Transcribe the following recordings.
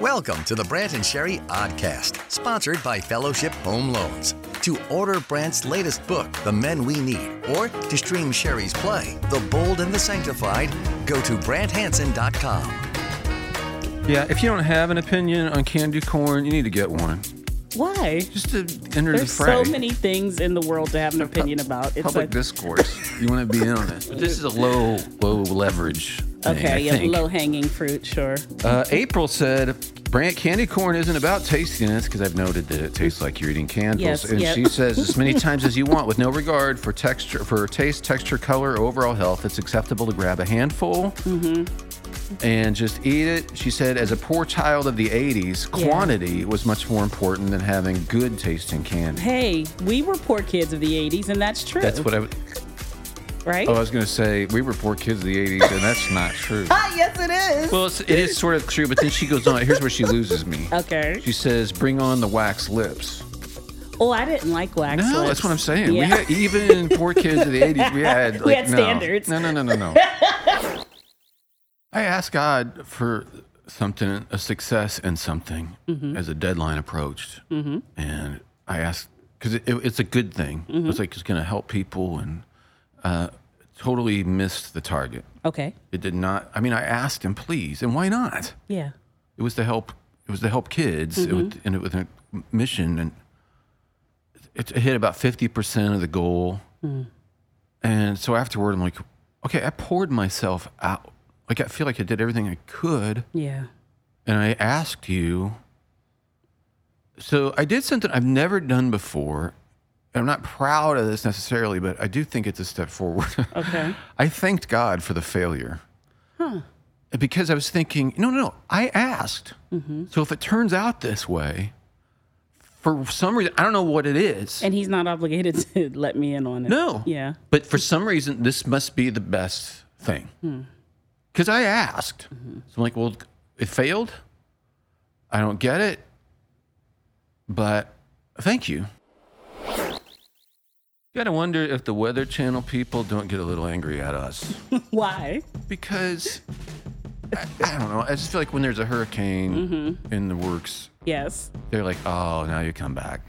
Welcome to the Brant and Sherry Oddcast, sponsored by Fellowship Home Loans. To order Brant's latest book, The Men We Need, or to stream Sherry's play, The Bold and the Sanctified, go to BrantHanson.com. Yeah, if you don't have an opinion on candy corn, you need to get one. Why? Just to enter There's the fray. so many things in the world to have an opinion about. It's Public like, discourse. You want to be in on it. But this is a low, low leverage. Thing, I okay, yeah, think. low hanging fruit, sure. Uh, April said, Brant, candy corn isn't about tastiness because I've noted that it tastes like you're eating candles. Yes, and yep. she says, as many times as you want, with no regard for texture, for taste, texture, color, or overall health, it's acceptable to grab a handful Mm-hmm. and just eat it. She said, as a poor child of the 80s, Yeah. quantity was much more important than having good tasting candy. Hey, we were poor kids of the 80s, and that's true. That's what I. would- right? Oh, I was going to say we were poor kids of the '80s, and that's not true. ah, yes, it is. well, it's, it is sort of true, but then she goes on. Here's where she loses me. Okay. She says, "Bring on the wax lips." oh, I didn't like wax. No, lips. that's what I'm saying. Yeah. We had, even poor kids of the '80s, we had like, We had no. standards. No, no, no, no, no. I asked God for something, a success in something, Mm-hmm. as a deadline approached, and I asked because it, it's a good thing. It's Mm-hmm. like it's going to help people, and uh, totally missed the target. okay. It did not. I mean, I asked him, please, and why not? Yeah. It was to help. It was to help kids, it was, and it was a mission, and it, it hit about fifty percent of the goal. And so afterward, I'm like, okay, I poured myself out. Like I feel like I did everything I could, Yeah. and I asked you. So I did something I've never done before. and I'm not proud of this necessarily, but I do think it's a step forward. Okay. I thanked God for the failure. Because I was thinking, no, no, no, I asked. So if it turns out this way, for some reason, I don't know what it is. And he's not obligated to let me in on it. no. Yeah. But for some reason, this must be the best thing. Hmm. Because I asked. Mm-hmm. So I'm like, well, it failed. I don't get it. But thank you. You gotta wonder if the Weather Channel people don't get a little angry at us Why? because I, I don't know. I just feel like when there's a hurricane Mm-hmm. in the works, Yes. they're like, "Oh, now you come back."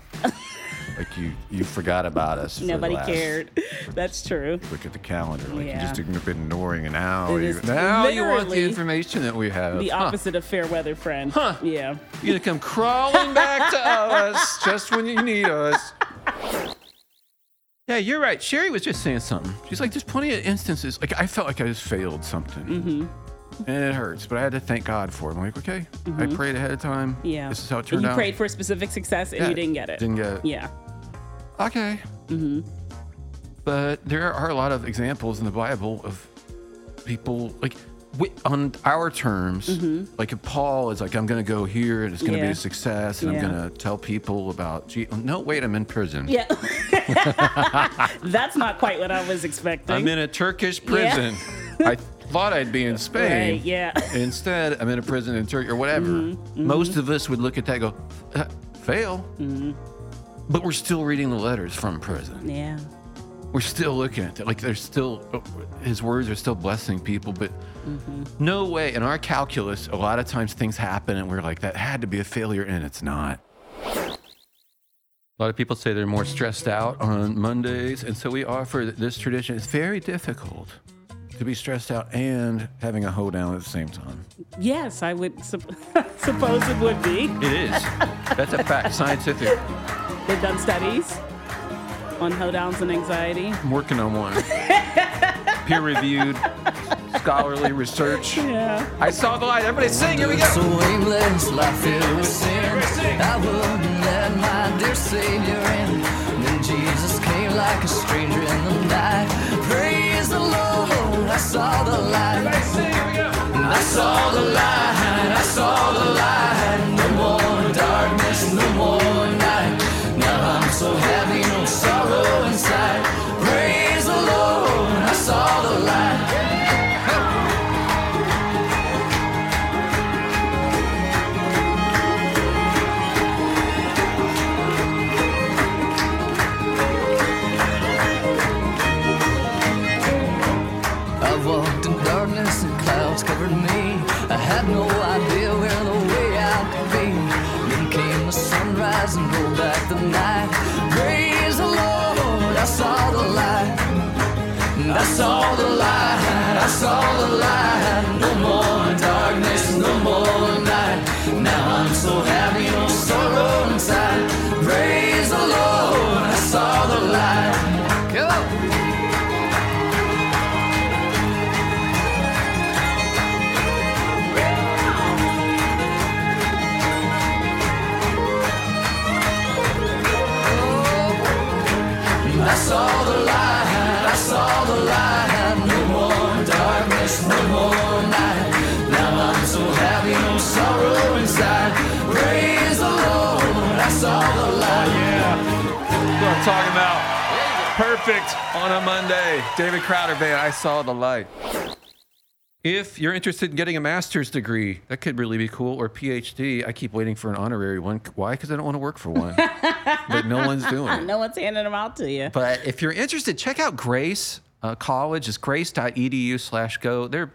like you you forgot about us. for the Nobody last- cared. That's true. Look at the calendar. Like Yeah. you just ign- been ignoring an hour. It You, is now you want the literally information that we have. The Huh. opposite of fair weather friend. Huh. Yeah. You're gonna come crawling back to us just when you need us. Yeah, you're right. Sherry was just saying something. She's like, there's plenty of instances. Like, I felt like I just failed something. Mm-hmm. And it hurts, but I had to thank God for it. I'm like, okay, I prayed ahead of time. Mm-hmm. Yeah. This is how it And turned you out. prayed for specific success and Yeah, you didn't get it. Didn't get it. Yeah. Okay. Mm-hmm. But there are a lot of examples in the Bible of people like wi- on our terms. Like if Paul is like, I'm going to go here and it's going to be Mm-hmm. Yeah. a success, and Yeah. I'm going to tell people about. Je- Oh, no, wait, I'm in prison. Yeah. That's not quite what I was expecting. I'm in a Turkish prison. I thought I'd be in Spain. Right, yeah. Mm-hmm, Instead, I'm in a prison in Turkey or whatever. Most of us would look at that and go, "Uh, fail. Mm-hmm. But we're still reading the letters from prison. yeah. We're still looking at it. Like there's still, oh, his words are still blessing people, but no way. In our calculus, a lot of times things happen and we're like, that had to be a failure and it's not. A lot of people say they're more stressed out on Mondays, and so we offer th- this tradition. It's very difficult to be stressed out and having a hoedown at the same time. Yes, I would sup- suppose it would be. It is. That's a fact, scientific. They've done studies on hoedowns and anxiety. I'm working on one. Peer reviewed, scholarly research. Yeah. I saw the light. Everybody sing. Here we So go. aimless, life filled with sin. I wouldn't let my dear Savior in. Then Jesus came like a stranger in the night. Praise the Lord, I saw the light. I saw the light, I saw the light. No more darkness, no more night. Now I'm so happy, no sorrow inside. Praise the Lord, I saw the light. I walked in darkness and clouds covered me. I had no go inside. Praise the Lord, I saw the light. That's what I'm talking about. Perfect on a Monday. David Crowder Band, I saw the light. If you're interested in getting a master's degree, that could really be cool, or PhD. I keep waiting for an honorary one. Why? Because I don't want to work for one. but no one's doing it. No one's handing them out to you. But if you're interested, check out Grace uh, College. It's grace.edu slash go. They're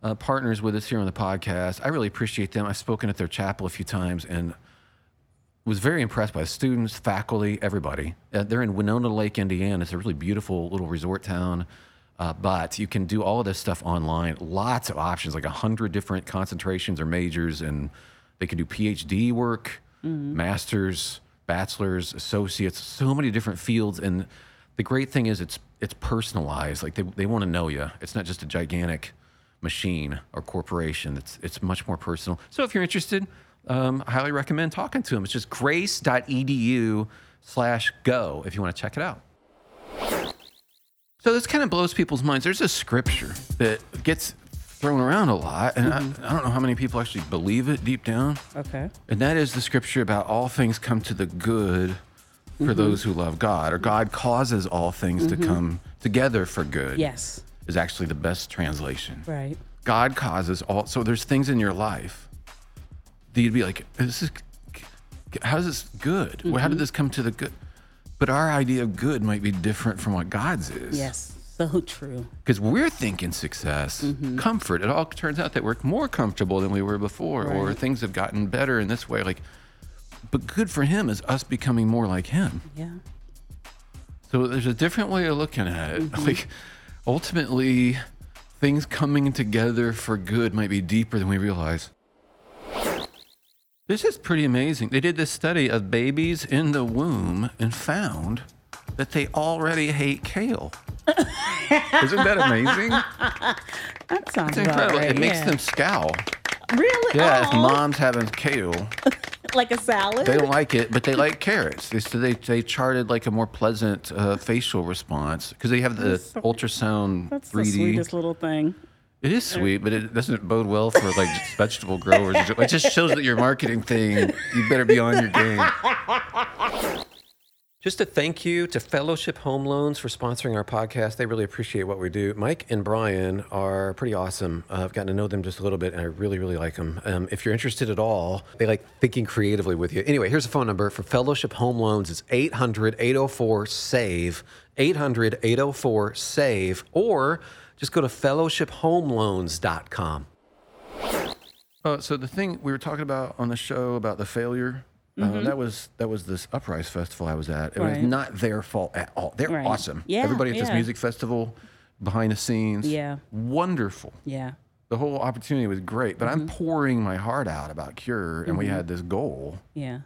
uh, partners with us here on the podcast. I really appreciate them. I've spoken at their chapel a few times and was very impressed by the students, faculty, everybody. Uh, they're in Winona Lake, Indiana. It's a really beautiful little resort town. Uh, but you can do all of this stuff online. Lots of options, like 100 different concentrations or majors, and they can do PhD work, masters, bachelors, associates, so many different fields. And the great thing is it's it's personalized. Like they, they want to know you. It's not just a gigantic machine or corporation. It's it's much more personal. So if you're interested, um, I highly recommend talking to them. It's just grace.edu slash go if you want to check it out. So this kind of blows people's minds. There's a scripture that gets thrown around a lot, and I, I don't know how many people actually believe it deep down. Okay. And that is the scripture about all things come to the good for those who love God, or God causes all things to come together for good. Yes. Is actually the best translation. Right. God causes all. So there's things in your life that you'd be like, "This is how is this good? How Mm-hmm. did this come to the good?" But our idea of good might be different from what God's is. Yes. So true. Because we're thinking success, Mm-hmm. comfort. It all turns out that we're more comfortable than we were before, or Right. things have gotten better in this way. Like, but good for him is us becoming more like him. Yeah. So there's a different way of looking at it. Mm-hmm. Like ultimately, things coming together for good might be deeper than we realize. This is pretty amazing. They did this study of babies in the womb and found that they already hate kale. Isn't that amazing? That It's sounds incredible. About right. It makes yeah. them scowl. really. Yeah, if Aw. mom's having kale, like a salad. they don't like it, but they like carrots. They, so they, they charted like a more pleasant uh, facial response because they have the ultrasound That's 3D. the sweetest little thing. It is sweet, but it doesn't bode well for like vegetable growers. It just shows that your marketing thing, you better be on your game. Just a thank you to Fellowship Home Loans for sponsoring our podcast. They really appreciate what we do. Mike and Brian are pretty awesome. Uh, I've gotten to know them just a little bit, and I really, really like them. Um, if you're interested at all, they like thinking creatively with you. Anyway, here's a phone number for Fellowship Home Loans. It's 800 804 SAVE, 800 804 SAVE, E, or just go to fellowshiphomeloans.com. Uh, so the thing we were talking about on the show about the failure, uh, that was that was this Uprise Festival I was at. It Mm-hmm. Right. was not their fault at all. They're Right. awesome. Yeah, Everybody at this yeah. music festival, behind the scenes, Yeah. wonderful. Yeah. The whole opportunity was great. But I'm Mm-hmm. pouring my heart out about Cure, and we had this goal. Yeah.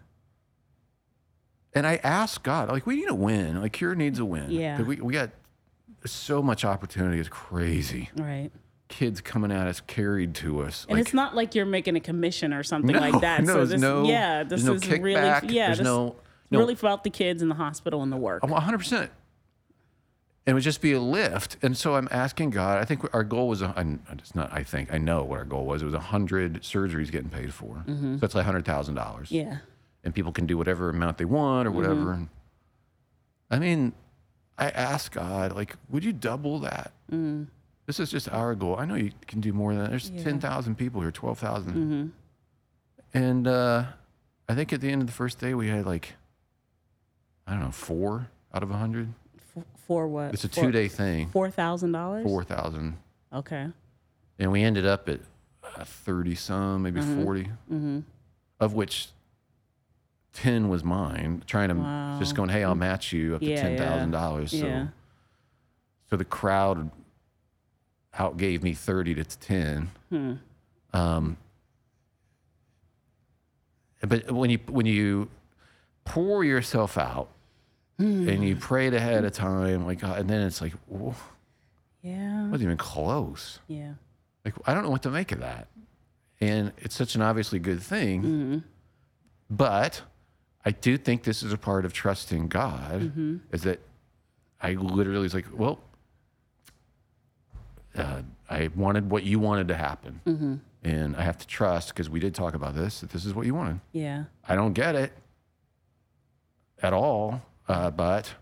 And I asked God, like, we need a win. Like Cure needs a win. Yeah. But We we got so much opportunity. It's crazy. Right. Kids coming at us, carried to us. And like, it's not like you're making a commission or something like No, that. No, so there's this, no, yeah, this there's no is kickback. really, yeah, there's this no, it's no, really about the kids in the hospital and the work. I'm 100%. And it would just be a lift. And so I'm asking God, I think our goal was, a, I- it's not, I think, I know what our goal was. It was 100 surgeries getting paid for. Mm-hmm. So that's like $100,000. Yeah. And people can do whatever amount they want or Mm-hmm. whatever. And I mean, I asked God, like, would you double that? Mm. This is just our goal. I know you can do more than that. There's 10,000 people here, 12,000. Mm-hmm. And uh, I think at the end of the first day, we had like, I don't know, four out of a 100. F- for what? It's a For two day thing, Four thousand dollars. 4,000. Okay. And we ended up at 30 some, maybe Mm-hmm. 40, of which 10 was mine, trying to just going, hey, I'll match you up to Yeah, yeah. $10,000. So, Yeah. so the crowd outgave me 30 to 10. Hmm. Um, but when you, when you pour yourself out, Hmm. And you pray it ahead of time, like, uh, and then it's like, whoa, Yeah. wasn't even close Yeah. like I don't know what to make of that. And it's such an obviously good thing. But I do think this is a part of trusting God is that I literally was like, well, uh, I wanted what you wanted to happen. And I have to trust because we did talk about this that this is what you wanted. Yeah. I don't get it at all, uh, but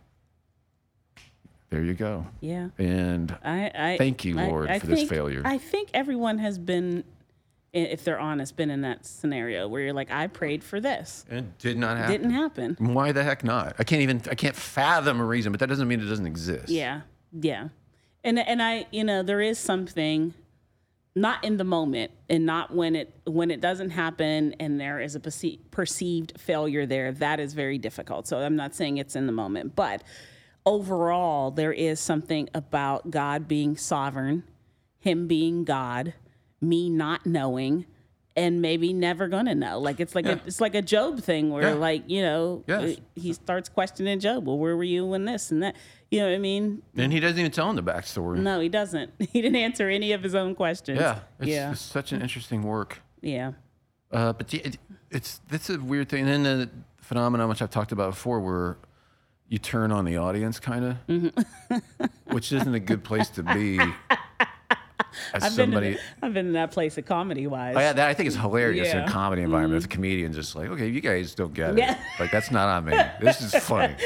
there you go. Yeah. And I, I Thank you, Lord, for this think- failure. I think everyone has been, i- if they're honest, been in that scenario where you're like, I prayed for this, it did not happen. didn't happen. Why the heck not? I can't even I can't fathom a reason, but that doesn't mean it doesn't exist. Yeah, yeah, and and I, you know, there is something, not in the moment, and not when it when it doesn't happen, and there is a perce- perceived failure there. That is very difficult. So I'm not saying it's in the moment, but overall, there is something about God being sovereign, Him being God, me not knowing. And maybe never gonna know. Like it's like Yeah. a, it's like a Job thing where Yeah. like you know Yes. he starts questioning Job. Well, where were you when this and that? You know what I mean? And he doesn't even tell him the backstory. No, he doesn't. He didn't answer any of his own questions. Yeah. It's, yeah. it's such an interesting work. yeah. Uh, but yeah, it, it's that's a weird thing. And then the phenomenon which I've talked about before, where you turn on the audience, kind of, Mm-hmm. which isn't a good place to be. As I've been, somebody, in, I've been in that place of comedy wise. I, Oh, that I think is hilarious in Yeah. Mm-hmm. a comedy environment. If a comedian's just like, okay, you guys don't get it. Yeah. Like, that's not on me. This is funny.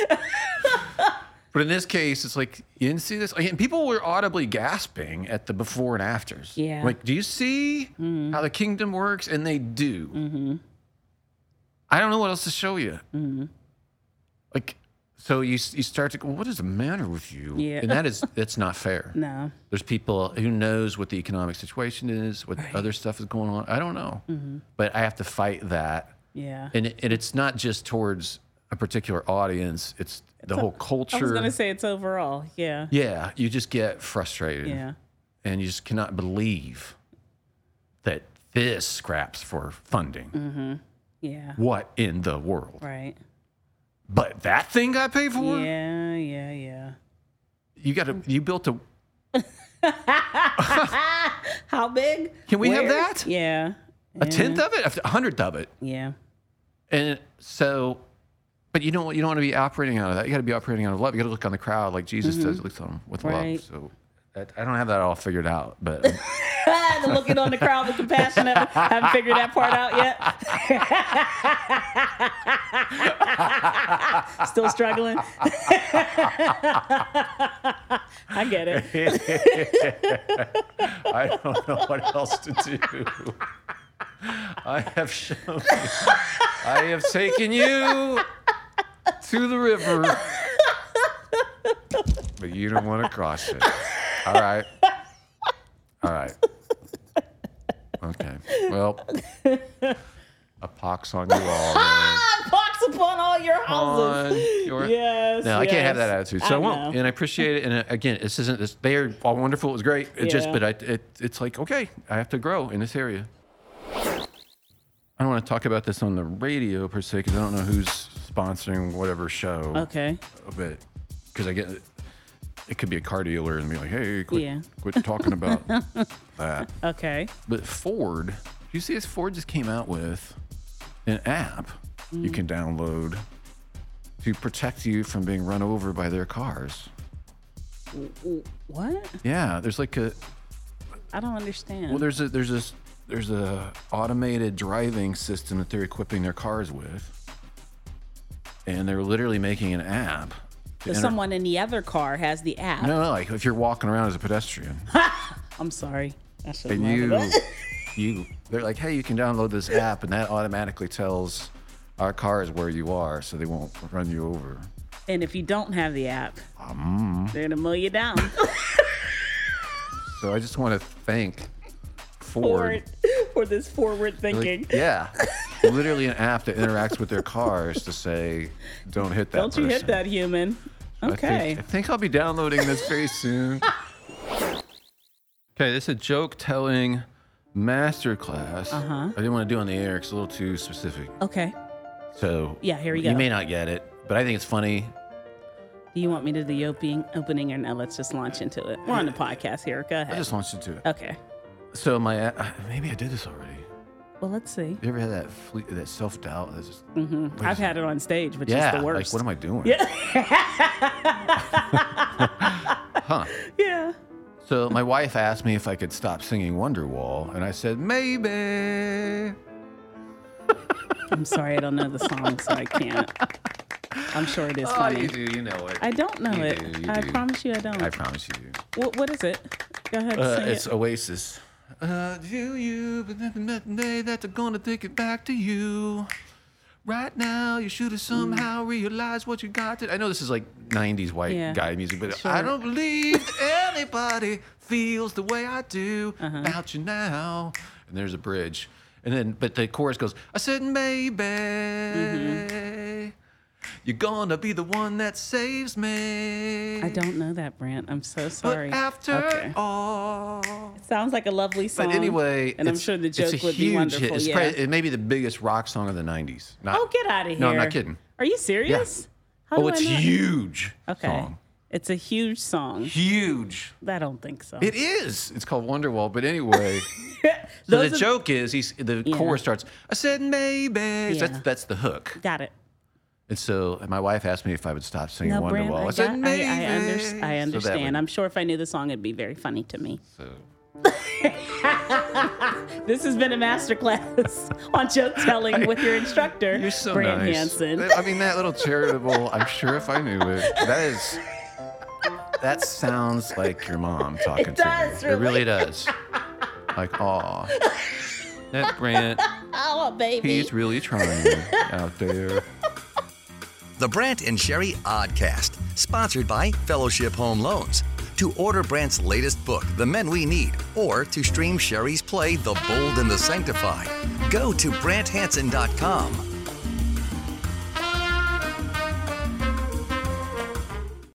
but in this case, it's like, you didn't see this? Like, And people were audibly gasping at the before and afters. Yeah. Mm. Like, do you see how the kingdom works? And they do. Mm-hmm. I don't know what else to show you. Like, so you, s- you start to go, what is the matter with you? Yeah. And that is, that's not fair. No. There's people who knows what the economic situation is, what other stuff is going on. I don't know, Mm-hmm. but I have to fight that, Yeah. and it, and it's not just towards a particular audience. It's the whole I was culture. gonna say it's overall. Yeah. yeah, you just get frustrated, Yeah. and you just cannot believe that this scraps for funding. Mm. Yeah. What in the world? Right. But that thing got paid for. Yeah. Yeah. Yeah. You got to. You built a. How big? Can we have Where? that? Yeah. A tenth of it, a hundredth of it. Yeah. And so, but you don't you don't want to be operating out of that. You got to be operating out of love. You got to look on the crowd like Jesus does. Looks on them with love. Right. So that, I don't have that all figured out, but the looking on the crowd with compassion. I haven't figured that part out yet. Still struggling. I get it. I don't know what else to do. I have shown. You, I have taken you to the river, but you don't want to cross it. All right. All right. Okay. Well, a pox on you all. man. Ah, pox upon all your houses. on your- Yes. No, I can't have yes. that attitude. So I, won't. know. And I appreciate it. And uh, again, this isn't this. They are all wonderful. It was great. It just, Yeah. but I, it, it's like, okay, I have to grow in this area. I don't want to talk about this on the radio per se because I don't know who's sponsoring whatever show. okay. But because I get it could be a car dealer and be like, hey, quit, Yeah. quit talking about that. Okay. But Ford, did you see this? Ford just came out with an app you Mm. can download to protect you from being run over by their cars. What? Yeah, there's like a I don't understand. well, there's a there's this there's a automated driving system that they're equipping their cars with, and they're literally making an app. to But inter- someone in the other car has the app. no, no, like if you're walking around as a pedestrian I'm sorry. I should and have you you they're like, hey, you can download this app, and that automatically tells our cars where you are, so they won't run you over. And if you don't have the app, Um. they're gonna mow you down. So I just want to thank for Ford. for this forward Like, thinking. yeah, literally an app that interacts with their cars to say, don't hit that. Don't you hit person." that human? I Okay. think, I think I'll be downloading this very soon. Okay, this is a joke telling masterclass. Uh-huh. I didn't want to do it on the air. It's a little too specific. Okay. So Yeah, here we You go. may not get it, but I think it's funny. Do you want me to do the opening opening or no? Let's just launch into it. We're on the podcast here. Go I ahead. just launched into it. Okay. So my uh, maybe I did this already. Well, let's see. You ever had that fle- that self doubt? That's just I've had it on stage, which yeah. is the worst. Like what am I doing? Yeah. huh. yeah. So my wife asked me if I could stop singing Wonderwall, and I said maybe. I'm sorry, I don't know the song, so I can't. I'm sure it is Oh, you funny. do, you know it. I don't know You it. do, you I do. promise you, I don't. I promise you. do. What, what is it? Go ahead. Uh, sing it's it. Oasis. Uh, do you, but nothing, nothing, they, that's gonna take it back to you. Right now, you should have Mm. somehow realized what you got. To, I know this is like 90s white Yeah. guy music, but Sure. I don't believe anybody feels the way I do Uh-huh. about you now. And there's a bridge. And then, but the chorus goes, I said, maybe. Mm-hmm. You're gonna be the one that saves me. I don't know that, Brent. I'm so But sorry. after Okay. all. Sounds like a lovely song. But anyway, and I'm it's- sure the it's a joke would huge be wonderful. Hit. It's yeah. probably- it may be the biggest rock song of the '90s. Not- oh, get out of here. No, I'm not kidding. Are you serious? How Oh, do I it's know? huge. Okay. Song. It's a huge song. Huge. I don't think so. It is. It's called Wonderwall. But anyway, so Those the are- joke is he's the chorus starts. I said maybe. Yeah. That's that's the hook. Got it. And so my wife asked me if I would stop singing No, Brent, Wonderwall. I, I, said got- I, maybe. I, under- I So that understand. would- I'm sure if I knew the song, it'd be very funny to me. so- This has been a masterclass on joke telling with your instructor, You're so Brent nice. Hansen. That- I mean, that little charitable. I'm sure if I knew it, that is. That sounds like your mom talking does, to me. It really does. Like, aw, that Brant, oh, baby. he's really trying out there. The Brant and Sherry Oddcast, sponsored by Fellowship Home Loans. To order Brant's latest book, The Men We Need, or to stream Sherry's play, The Bold and the Sanctified, go to BrantHanson.com.